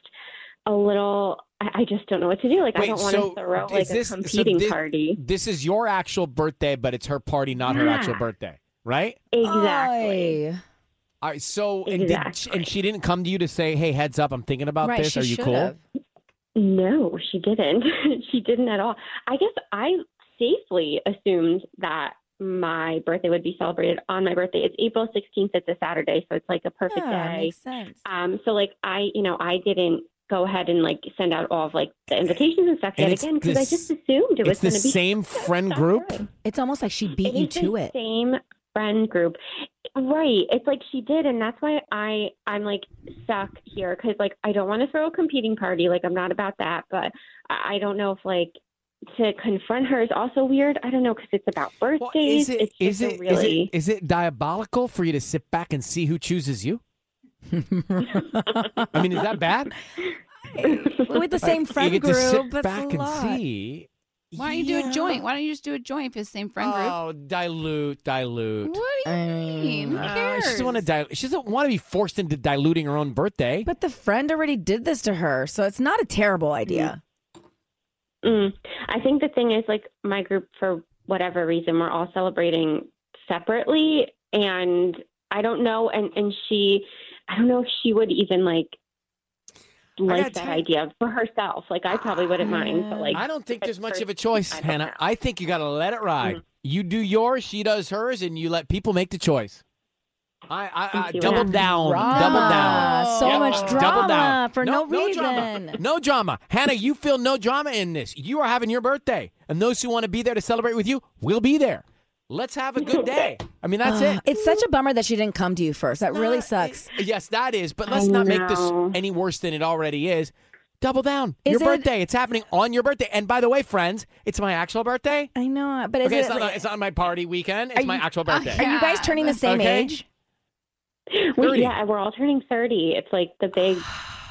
a little. I, I just don't know what to do. Like I
Wait,
don't want
so
to throw
is
like
this- so
a competing
thi-
party.
This is your actual birthday, but it's her party, not her
Yeah.
actual birthday, right?
Exactly.
Oy.
All right. So, and, did, she-
Exactly.
and she didn't come to you to say, "Hey, heads up, I'm thinking about
right,
this.
she
Are you
should
cool?"
have.
No, she didn't. she didn't at all. I guess I safely assumed that my birthday would be celebrated on my birthday. It's April 16th. It's a Saturday, so it's like a perfect
Yeah,
day.
makes sense.
Um, so like I, you know, I didn't go ahead and like send out all of like the invitations and stuff
And
yet
it's
again because I
this-
just assumed it was
It's the
going to be
same friend group.
Saturday.
It's almost like she beat
Mm-hmm. It
you
is the
to it.
Same friend group. Right. It's like she did and that's why I I'm like stuck here cuz like I don't want to throw a competing party like I'm not about that but I I don't know if like to confront her is also weird. I don't know cuz it's about birthdays.
Well, is it
it's
is
just
it,
a really
is it is it diabolical for you to sit back and see who chooses you? I mean, is that bad?
With the same
you
friend
get
group,
to sit
that's
back
a
and
lot.
see.
Why don't you do a joint? Why don't you just do a joint if it's the same friend group?
Oh, dilute, dilute.
What do you mean? Who
Uh, she
cares?
doesn't want to dilute. She doesn't want to be forced into diluting her own birthday.
But the friend already did this to her, so it's not a terrible
Mm-hmm.
idea.
Mm. I think the thing is, like, my group, for whatever reason, we're all celebrating separately. And I don't know. And, and she, I don't know if she would even, like, like that idea for herself. Like, I probably wouldn't mind, but, like,
Ah, I don't think there's much of a choice, Hannah. I think you got to let it ride. You do yours, she does hers, and you let people make the choice. I, I, I
see what
double
happens.
down, double
Drama.
down.
So much
double
drama
down.
for no
Drama.
reason.
No drama, Hannah. You feel no drama in this. You are having your birthday, and those who want to be there to celebrate with you will be there. Let's have a good day. I mean, that's
Ugh,
it.
It's such a bummer that she didn't come to you first. That really sucks.
Yes, that is. But
I
let's not make this
know.
any worse than it already is. Double down.
Is
your
it-
birthday. It's happening on your birthday. And by the way, friends, it's my actual birthday.
I know, but is
okay,
it
it's, not,
like-
it's not my party weekend. It's
Are
my
you- uh, Ah.
actual
Are
birthday.
you guys turning the same
Okay?
age?
we, yeah, we're all turning 30. It's like the big,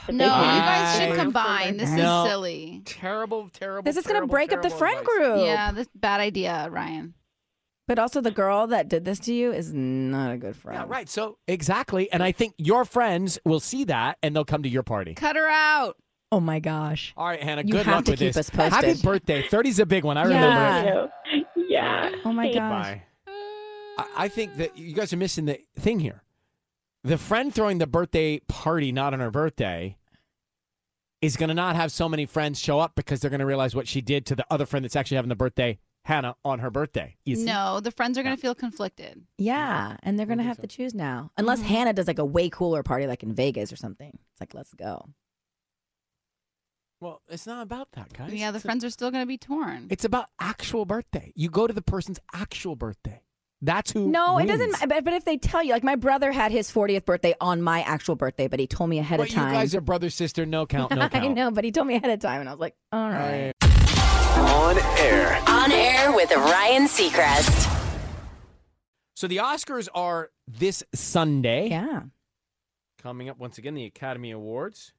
the
No,
big one.
you guys should combine. This
No.
is silly.
Terrible, terrible.
This is gonna terrible, break up the terrible friend advice. group.
Yeah, this bad idea, Ryan.
But also, the girl that did this to you is not a good friend.
Yeah, right. So exactly. And I think your friends will see that and they'll come to your party.
Cut her out.
Oh my gosh.
All right, Hannah.
You
good
have
luck
to
with
keep
this.
us posted.
Happy birthday. 30's a big one. I remember it.
Yeah.
Oh my gosh.
Goodbye. I, I think that you guys are missing the thing here. The friend throwing the birthday party not on her birthday is going to not have so many friends show up because they're going to realize what she did to the other friend that's actually having the birthday, Hannah, on her birthday. You see?
No, the friends are going to feel conflicted.
Yeah, and they're gonna have to choose now, unless
Mm-hmm.
Mhm.
Hannah does like a way cooler party, like in Vegas or something. It's like let's go.
Well, it's not about that, guys.
Yeah, the
It's a-
friends are still going to be torn.
It's about actual birthday. You go to the person's actual birthday. That's who.
No, it
wins.
doesn't. But, but if they tell you, like my brother had his 40th birthday on my actual birthday, but he told me ahead
Well,
of
you
time.
guys are brother sister. No count. No count.
I know, but he told me ahead of time, and I was like, all right.
On air.
On air with Ryan Seacrest.
So the Oscars are this Sunday.
Yeah.
Coming up once again, the Academy Awards.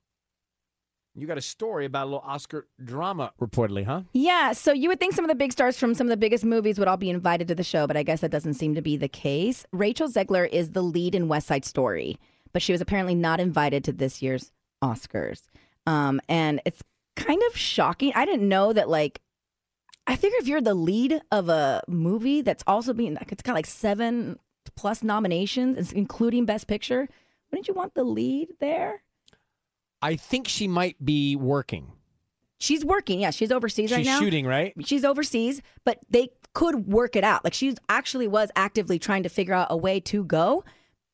You got a story about a little Oscar drama, reportedly, huh?
Yeah, so you would think some of the big stars from some of the biggest movies would all be invited to the show, but I guess that doesn't seem to be the case. Rachel Zegler is the lead in West Side Story, but she was apparently not invited to this year's Oscars. Um, and it's kind of shocking. I didn't know that, like, I figure if you're the lead of a movie that's also being, it's got like seven plus nominations, it's- including Best Picture, wouldn't you want the lead there?
I think she might be working.
She's working. Yeah, she's overseas right
She's
now.
shooting, right?
She's overseas, but they could work it out. Like she actually was actively trying to figure out a way to go.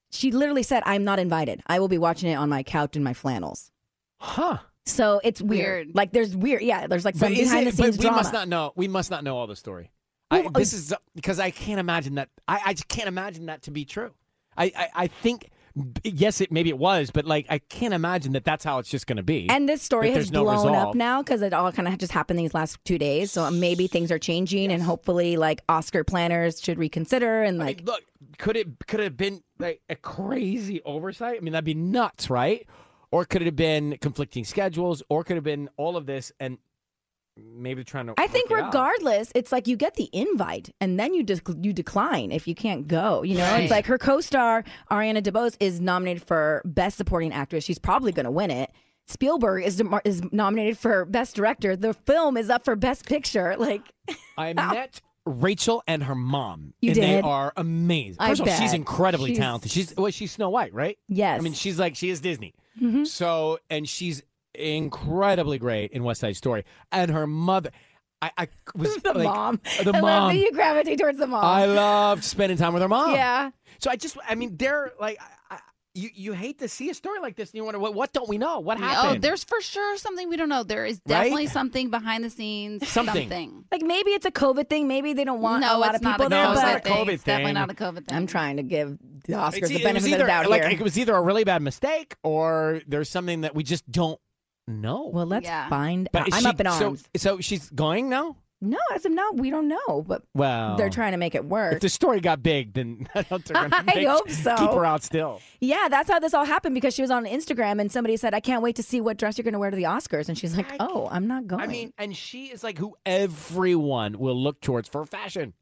She literally said, "I'm not invited. I will be watching it on my couch in my flannels."
Huh.
So it's weird. Like there's weird. Yeah, there's like some
but is
behind
it-
the scenes
but
drama.
we must not know. We must not know all the story. I, this is because I can't imagine that. I, I just can't imagine that to be true. I, I, I think yes, it maybe it was, but like I can't imagine that that's how it's just going to be.
and this story
that
has
there's no
blown up
resolve.
now because it all kind of just happened these last two days. So maybe things are changing, and hopefully, like Oscar planners should reconsider and like
look, could it could it have been like a crazy oversight? I mean, that'd be nuts, right? Or could it have been conflicting schedules? Or could it have been all of this and maybe trying to?
I think
work it out.
regardless, it's like you get the invite and then you dec you decline if you can't go. You know,
Right.
it's like her co-star Ariana DeBose is nominated for Best Supporting Actress. She's probably going to win it. Spielberg is dem- is nominated for Best Director. The film is up for Best Picture. Like
I met Rachel and her mom.
You
and They
did?
are amazing.
I
First of all, she's
bet.
incredibly
She's-
talented. She's well, she's Snow White, right?
Yes. Mm-hmm.
I mean, she's like she is Disney. So, and she's incredibly great in West Side Story. And her mother, I, I was
the
like,
mom,
the
I love
mom.
that you gravitate towards the mom.
I loved spending time with her mom.
Yeah.
So I just, I mean, they're like, I, I, you you hate to see a story like this, and you wonder what what don't we know? What happened?
Oh, there's for sure something we don't know. There is
Right?
definitely something behind the scenes.
Something.
like maybe it's a COVID thing. Maybe they don't want
No,
a lot
it's
of
not
people
a
there.
COVID
but
thing. It's definitely
thing.
not a COVID thing.
I'm trying to give the Oscars
It's e- it
the
was
benefit of
either-
the doubt
like,
here.
It was either a really bad mistake or there's something that we just don't know.
Well, let's find
But
out.
is
I'm
she-
up in
so-
arms.
So, she's going now?
No, as of now, we don't know, but
Well,
they're trying to make it work.
If the story got big, then I hope they're gonna
I
make-
hope so.
Keep her out still.
yeah, that's how this all happened because she was on Instagram and somebody said, I can't wait to see what dress you're going to wear to the Oscars. And she's like, oh, I'm not going.
I mean, and she is like who everyone will look towards for fashion.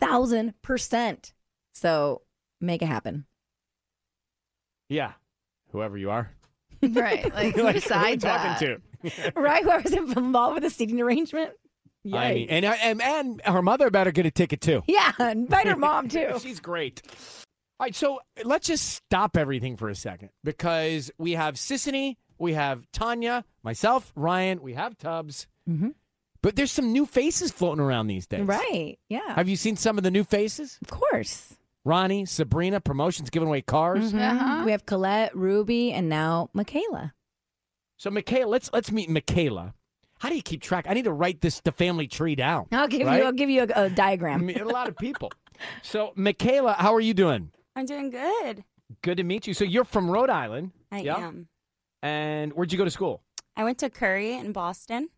thousand percent. So make it happen.
Yeah, whoever you are.
Right. Like,
You're
who decides
who are we
that?
talking to?
right? Whoever's involved with the seating arrangement.
I mean, and, uh, and and her mother better get a ticket too.
Yeah, invite her mom too.
She's great. All right, so let's just stop everything for a second because we have Sissany, we have Tanya, myself, Ryan, we have Tubbs.
Mm-hmm.
But there's some new faces floating around these days.
Right. Yeah.
Have you seen some of the new faces?
Of course.
Ronnie, Sabrina, promotions giving away cars.
Mhm. We have Colette, Ruby, and now Michaela.
So Michaela, let's let's meet Michaela. How do you keep track? I need to write this the family tree down.
I'll give
right?
you. I'll give you a, a
I
diagram.
mean, a lot of people. So Michaela, how are you doing?
I'm doing good.
Good to meet you. So you're from Rhode Island.
I
yeah?
am.
And where'd you go to school?
I went to Curry in Boston.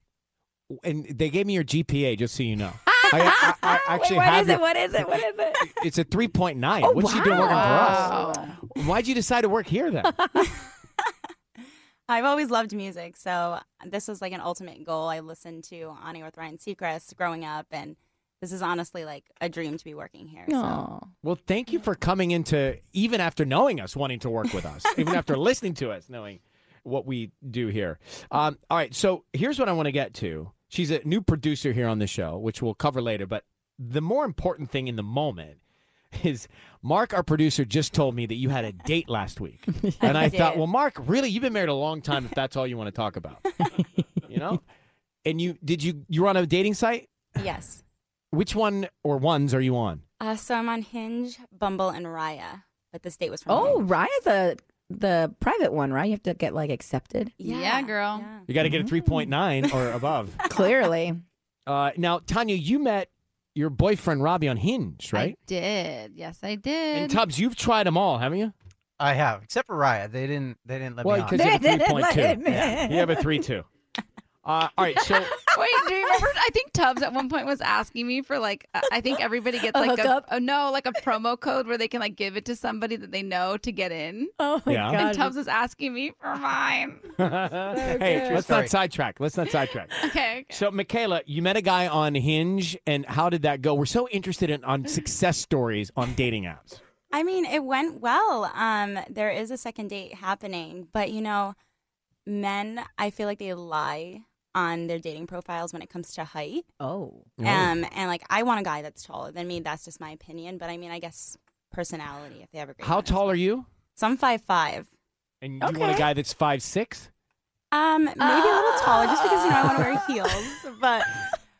And they gave me your GPA, just so you know. I, I- I actually
what
have
is it? What Oh, is it? What is it?
It's a 3.9. What's she doing working for us? Why'd you decide to work here then?
I've always loved music, so this was like an ultimate goal. I listened to On Air with Ryan Seacrest growing up, and this is honestly like a dream to be working here. So.
Well, thank you for coming into, even after knowing us, wanting to work with us, even after listening to us, knowing what we do here. Um, all right. So here's what I want to get to. She's a new producer here on the show, which we'll cover later. But the more important thing in the moment is Mark, our producer, just told me that you had a date last week. And I,
I
thought,
did.
well, Mark, really, you've been married a long time if that's all you want to talk about. you know? And you, did you, you were on a dating site?
Yes.
Which one or ones are you on?
Uh, so I'm on Hinge, Bumble, and Raya, but this date was from
Oh, Raya's a the private one, right? You have to get like accepted.
Yeah, girl.
You got to get a 3.9 or above.
Clearly.
Uh, now, Tanya, you met your boyfriend Robbie on Hinge, right?
Did yes, I did.
and Tubbs, you've tried them all, haven't you?
I have, except for Raya. They didn't. They didn't let me
Well,
on.
because you have a 3.2. Yeah, You have a 3.2. Uh, all right, so
Wait, do you remember? I think Tubbs at one point was asking me for like, uh, I think everybody gets
A
like a,
hookup?
a no, like a promo code where they can like give it to somebody that they know to get in.
Oh
my Yeah. God.
And Tubbs was asking me for mine.
hey,
good.
let's
Sorry.
not sidetrack. Let's not sidetrack.
Okay.
So, Michaela, you met a guy on Hinge, and how did that go? We're so interested in on success stories on dating apps.
I mean, it went well. Um, there is a second date happening, but you know, men, I feel like they lie on their dating profiles when it comes to height.
Oh.
Um, and like I want a guy that's taller than me. That's just my opinion. But I mean, I guess personality. If they have a great,
How tall are you?
so I'm five five.
And you want a guy that's five six?
Um, maybe a little taller, just because you know I want to wear heels. But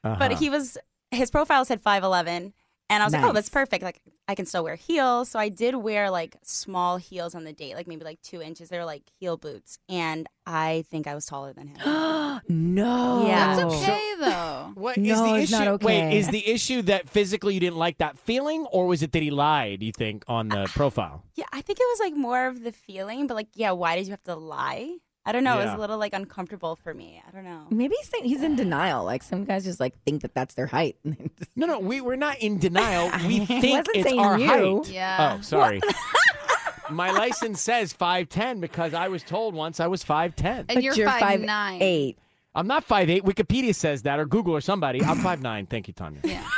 but
Ah. Uh-huh.
he was his profile said five eleven, and I was like, oh,
Nice.
that's perfect. Like I can still wear heels, so I did wear like small heels on the date, like maybe like two inches. They were like heel boots, and I think I was taller than him.
no.
yeah,
That's
okay though.
Oh. What
is No, the it's not issue- okay.
Wait, is the issue that physically you didn't like that feeling, or was it that he lied? You think on the profile?
Yeah, I think it was like more of the feeling, but like, yeah, why did you have to lie? I don't know. It was
Yeah.
a little like uncomfortable for me. I don't know.
Maybe he's, saying, he's in denial. Like some guys just like think that that's their height.
No, no, we we're not in denial. We think
wasn't
it's
saying
our
you.
height.
Yeah.
Oh, sorry. My license says five ten because I was told once I was five ten.
And But you're you're 5'9". 5'8".
I'm not five eight. Wikipedia says that, or Google or somebody. I'm five nine. Thank you, Tanya.
Yeah.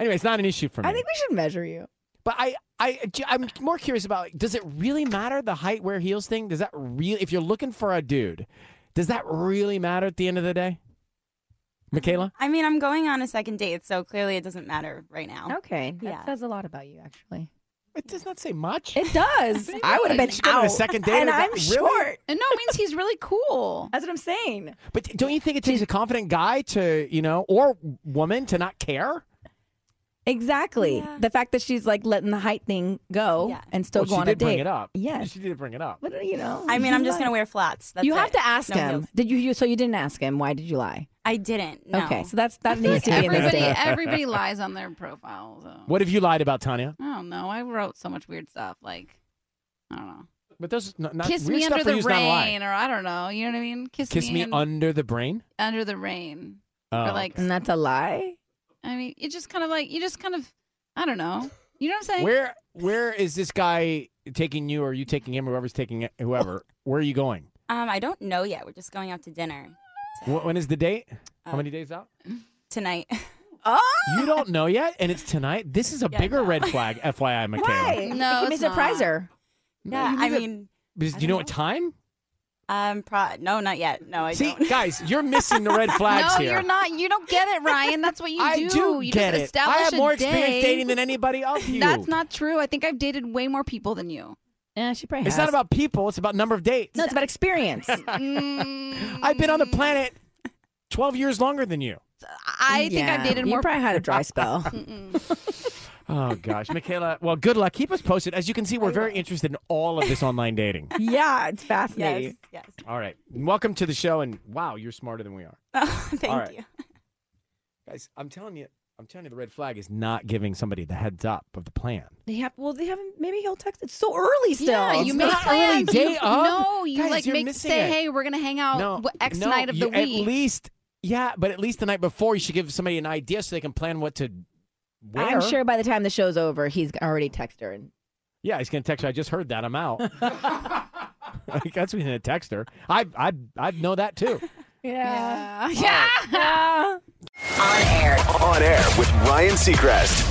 Anyway, it's not an issue for me.
I think we should measure you.
But I, I, I'm more curious about like, does it really matter the height wear heels thing? Does that really, if you're looking for a dude, does that really matter at the end of the day?
Mm-hmm.
Michaela?
I mean, I'm going on a second date, so clearly it doesn't matter right now.
Okay. That
Yeah.
says a lot about you, actually.
It does not say much.
It does. I would have been
Just go to
out.
the second date and
and I'm
that- really?
short.
And no, it means he's really cool.
That's what I'm saying.
But don't you think it takes a confident guy to, you know, or woman to not care?
Exactly. The fact that she's like letting the height thing go and still
Well,
go
she
on a
did
date.
bring it up.
Yes.
She did bring it up.
But you know,
I mean, I'm just gonna
like-
wear flats. That's
you have
it.
to ask
No
him.
heels.
Did you, you? So you didn't ask him. Why did you lie?
I didn't. No.
Okay, so that's that
I feel
needs
like
to be in this
everybody,
date.
everybody lies on their profile. Though.
What have you lied about, Tanya?
I don't know. I wrote so much weird stuff like I don't know.
But those not, not
Kiss
weird
me
stuff
under
for you
the
is not a lie.
rain, or I don't know. You know what I mean? Kiss,
Kiss me
in-
under the brain.
under the rain.
Oh,
or like
and that's a lie.
I mean, it's just kind of like you just kind of I don't know. You know what I'm saying?
Where where is this guy taking you, or are you taking him, or whoever's taking it- whoever? Where are you going?
Um, I don't know yet. We're just going out to dinner
Wh- When is the date? How many days out?
tonight.
You don't know yet, and it's tonight. This is a bigger red flag, FYI, Michaela.
No,
you can
it's
surprise
not.
her.
Yeah, I mean,
Because do you know what time?
um, pro- no, not yet. No, I
See,
don't.
guys, you're missing the red flags
no,
here.
you're not. You don't get it, Ryan. That's what you
I
do.
do
you
get
just
it.
establish
I have
a
more experience
day.
dating than anybody of you.
That's not true. I think I've dated way more people than you.
Yeah, she probably
It's not about people. It's about number of dates.
No, it's about experience.
Mm,
I've been on the planet 12 years longer than you.
I think I've dated more.
You probably had a dry spell.
Oh, gosh. Michaela, well, good luck. Keep us posted. As you can see, we're very interested in all of this online dating.
yeah, it's fascinating.
yes, yes.
All right. Welcome to the show. And wow, you're smarter than we are.
Thank
All right.
you.
Guys, I'm telling you, I'm telling you, the red flag is not giving somebody the heads up of the plan.
They have. Well, they haven't. Maybe he'll text. It's so early still.
Yeah, you
It's
make
not
plans.
day
you,
of?
No, you
Guys,
like
you're
make
missing
say,
it.
hey, we're gonna hang out
No,
wh- X
no,
night of the
you-
week.
At least, yeah, but at least the night before, you should give somebody an idea so they can plan what to wear.
I'm sure by the time the show's over, he's already texted her. And
Yeah, he's gonna text her. I just heard that. I'm out. like, that's when he's gonna text her. I I I know that too.
yeah.
Yeah.
On air.
On air with Ryan Seacrest.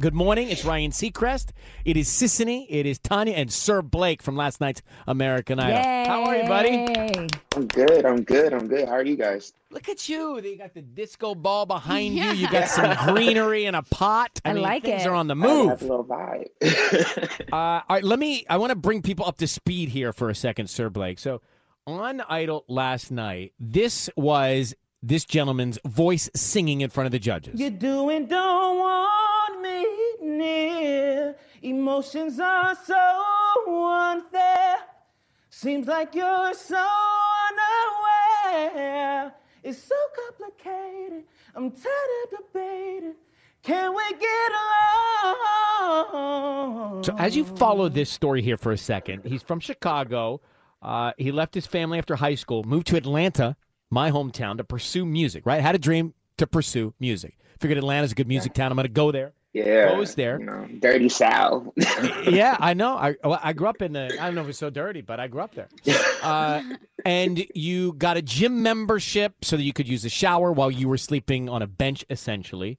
Good morning. It's Ryan Seacrest. It is Sissany. It is Tanya and Sir Blake from last night's American Idol. How are you, buddy?
I'm good. I'm good. I'm good. How are you guys?
Look at you. They got the disco ball behind you. You got some greenery and a pot. I,
I
mean,
like
things
it.
are on the
I like
move.
the little vibe.
uh, all right, let me. I want to bring people up to speed here for a second, Sir Blake. So, on Idol last night, this was this gentleman's voice singing in front of the judges.
You do and don't want me near. Emotions are so unfair. Seems like you're so unaware. It's so complicated. I'm tired of debating. Can we get along?
So, as you follow this story here for a second, he's from Chicago. Uh, he left his family after high school, moved to Atlanta, my hometown, to pursue music, right? Had a dream to pursue music. Figured Atlanta's a good music town. I'm going to go there.
Yeah.
Goes there.
you know, Dirty Sal.
yeah, I know. I well, I grew up in the. I don't know if it's so dirty, but I grew up there. Uh, and you got a gym membership so that you could use a shower while you were sleeping on a bench, essentially.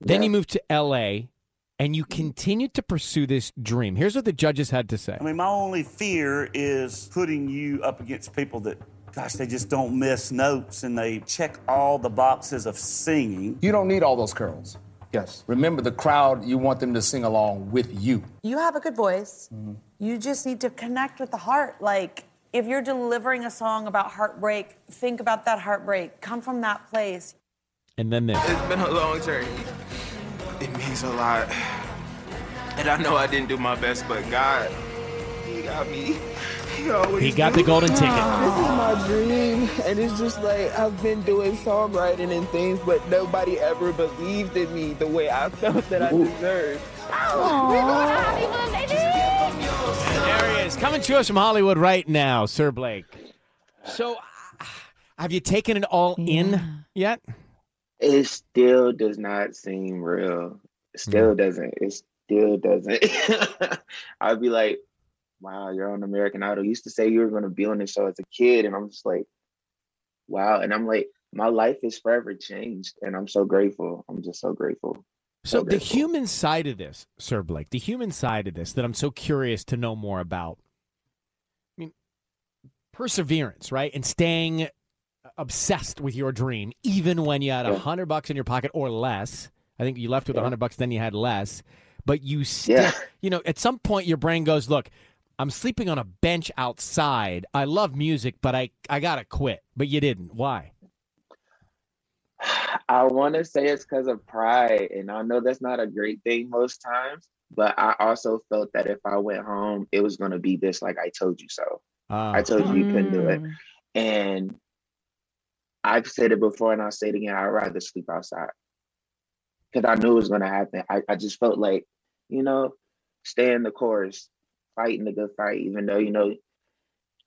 Then you moved to L.A. and you continued to pursue this dream. Here's what the judges had to say.
I mean, my only fear is putting you up against people that, gosh, they just don't miss notes and they check all the boxes of singing.
You don't need all those curls. Yes. Remember the crowd, you want them to sing along with you.
You have a good voice. You just need to connect with the heart. Like, if you're delivering a song about heartbreak, think about that heartbreak. Come from that place.
And then this.
It's been a long journey. It means a lot. And I know I didn't do my best, but God, He got me. He always
He got the golden ticket.
This is my dream, and it's just like I've been doing songwriting and things, but nobody ever believed in me the way I felt that I deserved.
There he is, coming to us from Hollywood right now, Sir Blake. So, uh, have you taken it all in yet?
it still does not seem real. It
Hmm.
still doesn't. It still doesn't. I'd be like, wow, you're on American Idol. You used to say you were going to be on this show as a kid. And I'm just like, wow. And I'm like, my life is forever changed. And I'm so grateful. I'm just so grateful.
So the human side of this, Sir Blake, the human side of this that I'm so curious to know more about. I mean, perseverance, right? And staying obsessed with your dream, even when you had a hundred bucks in your pocket or less. I think you left with a hundred bucks, then you had less. But you still, you know, at some point your brain goes, look, I'm sleeping on a bench outside. I love music, but I, I got to quit. But you didn't. Why?
I want to say it's because of pride, and I know that's not a great thing most times. But I also felt that if I went home, it was going to be this like I told you so. I told you you couldn't do it, and I've said it before, and I'll say it again. I'd rather sleep outside because I knew it was going to happen. I, I just felt like, you know, staying the course, fighting the good fight, even though you know,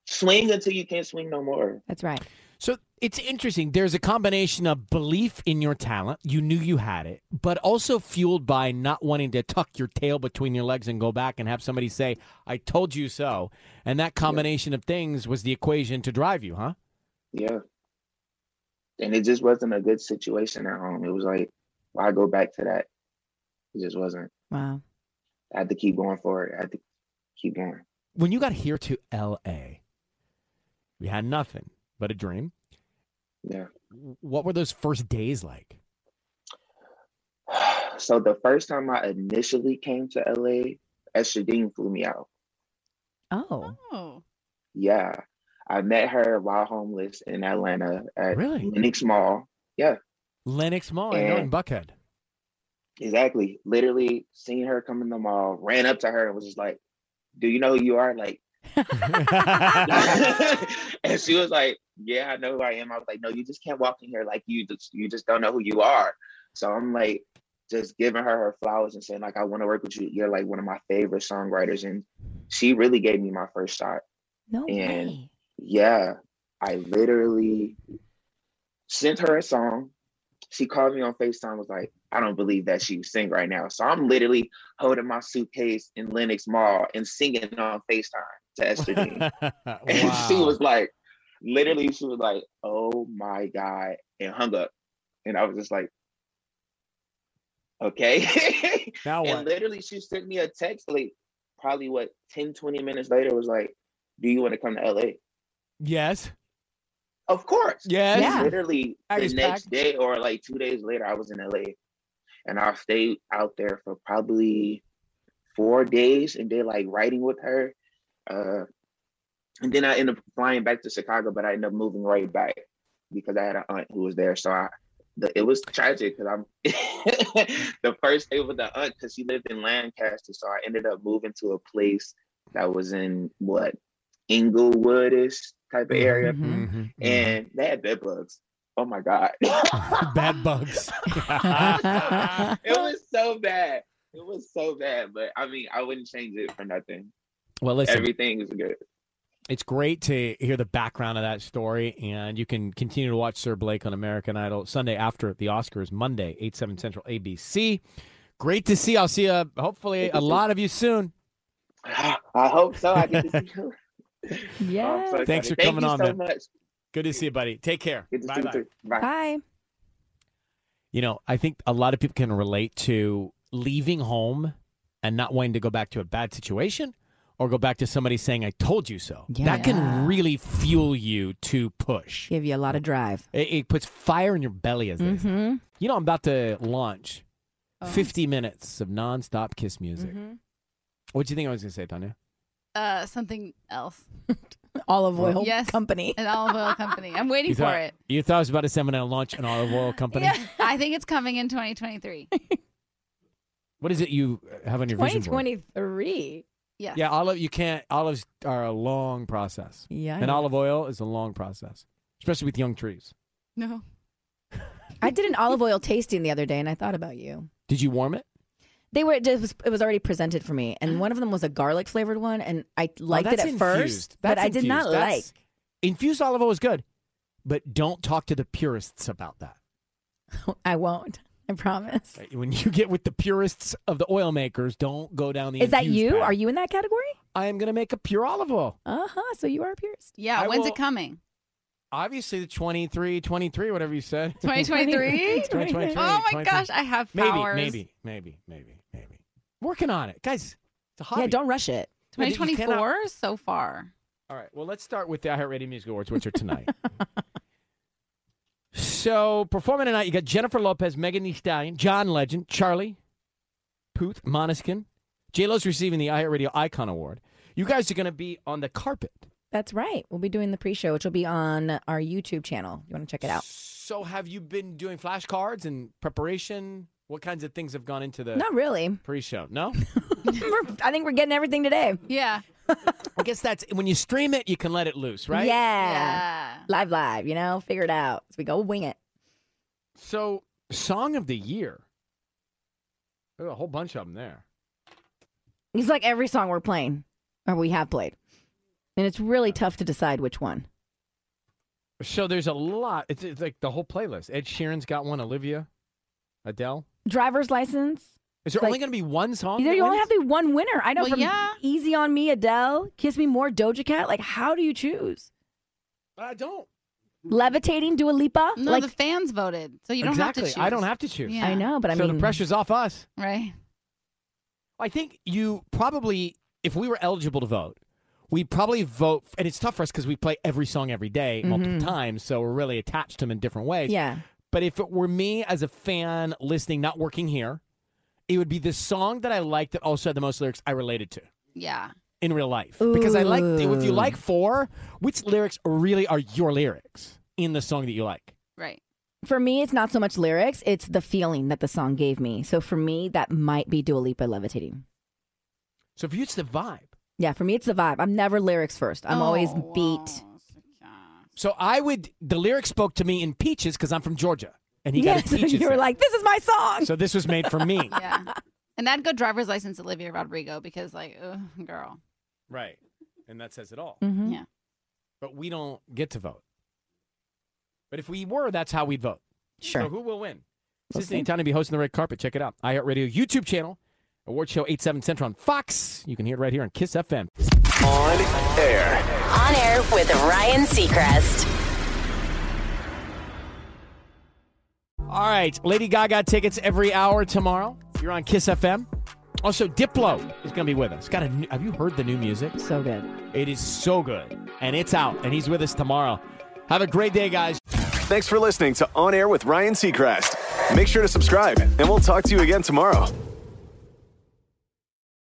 swing until you can't swing no more.
That's right.
So It's interesting. There's a combination of belief in your talent, you knew you had it, but also fueled by not wanting to tuck your tail between your legs and go back and have somebody say, I told you so. And that combination of things was the equation to drive you, huh?
Yeah. And it just wasn't a good situation at home. It was like, why go back to that? It just wasn't.
Wow.
I had to keep going forward. I had to keep going.
When you got here to LA, we had nothing but a dream.
Yeah.
What were those first days like?
So the first time I initially came to LA, Esther Dean flew me out.
Oh.
Oh.
Yeah. I met her while homeless in Atlanta at
Really?
Lenox Mall. Yeah.
Lennox Mall, I know, in
And-
Buckhead.
Exactly. Literally seen her come in the mall, ran up to her and was just like, Do you know who you are? Like, and she was like, Yeah, I know who I am. I was like, No, you just can't walk in here like you just you just don't know who you are. So I'm like just giving her her flowers and saying, like, I want to work with you. You're like one of my favorite songwriters. And she really gave me my first shot.
No
and yeah, I literally sent her a song. She called me on FaceTime, was like, I don't believe that she sing right now. So I'm literally holding my suitcase in Lenox Mall and singing on FaceTime to Esther Dean. And she was like, literally, she was like, oh my God, and hung up. And I was just like, okay.
now
And literally, she sent me a text, like, probably what, 10, 20 minutes later, was like, do you want to come to LA?
Yes.
Of course.
Yes. Yeah.
Literally
Bag
the
is
next day or like two days later, I was in LA and I stayed out there for probably four days and did like writing with her. Uh, and then I ended up flying back to Chicago, but I ended up moving right back because I had an aunt who was there. So I, the, it was tragic because I'm the first day with the aunt because she lived in Lancaster. So I ended up moving to a place that was in what Inglewoodish type
Mm-hmm,
of area, and they had bed bugs. Oh my god,
Bad bugs.
it was so bad. It was so bad, but I mean, I wouldn't change it for nothing.
Well, listen.
everything is good.
It's great to hear the background of that story, and you can continue to watch Sir Blake on American Idol Sunday after the Oscars, Monday, 8, 7 Central, ABC. Great to see. you. I'll see you, hopefully, a lot of you soon.
I hope so. I get to see you.
Yeah.
so
Thanks for
excited. Thank
coming
you
on,
so
man.
much.
Good to see you, buddy. Take care.
Good to see you
Bye-bye.
too. Bye.
Bye.
You know, I think a lot of people can relate to leaving home and not wanting to go back to a bad situation or go back to somebody saying, I told you so. That can really fuel you to push.
Give you a lot of drive.
It, it puts fire in your belly, as they say.
Mm-hmm. Oh.
You know, I'm about to launch 50 minutes of nonstop kiss music.
Mm-hmm.
What do you think I was going to say, Tanya?
Uh, something else.
Olive oil
yes,
company.
An olive oil company. I'm waiting
you
for
thought,
it.
You thought I was about to say I'm going to launch an olive oil company?
Yeah, I think it's coming in 2023.
What is it you have on your vision board?
2023.
Yeah.
Yeah, olive. You can't. Olives are a long process.
Yeah, I
and
know.
olive oil is a long process, especially with young trees.
No.
I did an olive oil tasting the other day, and I thought about you.
Did you warm it?
They were it was, it was already presented for me, and one of them was a garlic flavored one, and I liked it
Oh, that's
at first,
infused.
but
That's
I did not
infused. That's-
like.
Infused olive oil is good, but don't talk to the purists about that.
I won't. I promise.
When you get with the purists of the oil makers, don't go down the.
Is that
infused
you?
path.
Are you in that category?
I am going to make a pure olive oil.
Uh huh. So you are a purist.
Yeah.
I
when's
will-
it coming?
Obviously, the 23, 23, whatever you said.
2023?
It's 2023.
Oh
2023.
my gosh, I have
maybe,
powers.
Maybe, maybe, maybe, maybe. Working on it, guys. It's a hobby.
Yeah. Don't rush it.
Well, you cannot-
2024 so far.
All right. Well, let's start with the iHeartRadio Music Awards, which are tonight. so, performing tonight, you got Jennifer Lopez, Megan Thee Stallion, John Legend, Charlie Puth, Moniskin. J-Lo's receiving the iHeartRadio Icon Award. You guys are going to be on the carpet.
That's right. We'll be doing the pre-show, which will be on our YouTube channel. You want to check it out?
So, have you been doing flashcards and preparation? What kinds of things have gone into the
Not really.
pre-show? No.
We're- I think we're getting everything today.
Yeah.
I guess that's when you stream it, you can let it loose, right?
Yeah. Live, live. You know, figure it out. So we go wing it.
So, song of the year. There's a whole bunch of them there.
It's like every song we're playing or we have played, and it's really tough to decide which one.
So there's a lot. It's, it's like the whole playlist. Ed Sheeran's got one. Olivia, Adele.
Driver's license.
Is there
It's
only
like-
going to be one song?
There
that
you only
wins?
have to be one winner. I know
Well,
from
yeah.
Easy on Me, Adele, Kiss Me More, Doja Cat. Like, how do you choose?
I don't.
Levitating, Dua Lipa.
No,
like,
the fans voted, so you don't
exactly.
have to choose.
I don't have to choose.
Yeah.
I know, but I
so
mean-
the pressure's off us.
Right.
I think you probably, if we were eligible to vote, we probably vote, and it's tough for us because we play every song every day multiple
Mhm.
times, so we're really attached to them in different ways.
Yeah.
But if it were me as a fan listening, not working here, it would be the song that I liked that also had the most lyrics I related to
Yeah.
in real life. Because I like, if you
Ooh.
like four, which lyrics really are your lyrics in the song that you like?
Right.
for me, it's not so much lyrics, it's the feeling that the song gave me. So for me, that might be Dua Lipa levitating.
So if you, it's the vibe.
Yeah, for me, it's the vibe. I'm never lyrics first. I'm always
Oh,
beat.
So I would, the lyric spoke to me in Peaches because I'm from Georgia. And he
Yes,
got a Peaches.
you were
thing.
like, this is my song.
so this was made for me.
Yeah. And that'd go driver's license Olivia Rodrigo because like, ugh, girl.
Right. And that says it all.
Mhm.
Yeah.
But we don't get to vote. But if we were, that's how we'd vote.
Sure.
So who will win?
We'll
This is the
see.
time to be hosting the red carpet. Check it out. iHeartRadio YouTube channel, award show 8, 7 Central on Fox. You can hear it right here on Kiss FM.
On air.
On air with Ryan Seacrest.
All right. Lady Gaga tickets every hour tomorrow. You're on Kiss FM. Also, Diplo is going to be with us. Got a new, have you heard the new music?
So good.
It is so good. And it's out. And he's with us tomorrow. Have a great day, guys.
Thanks for listening to On Air with Ryan Seacrest. Make sure to subscribe, and we'll talk to you again tomorrow.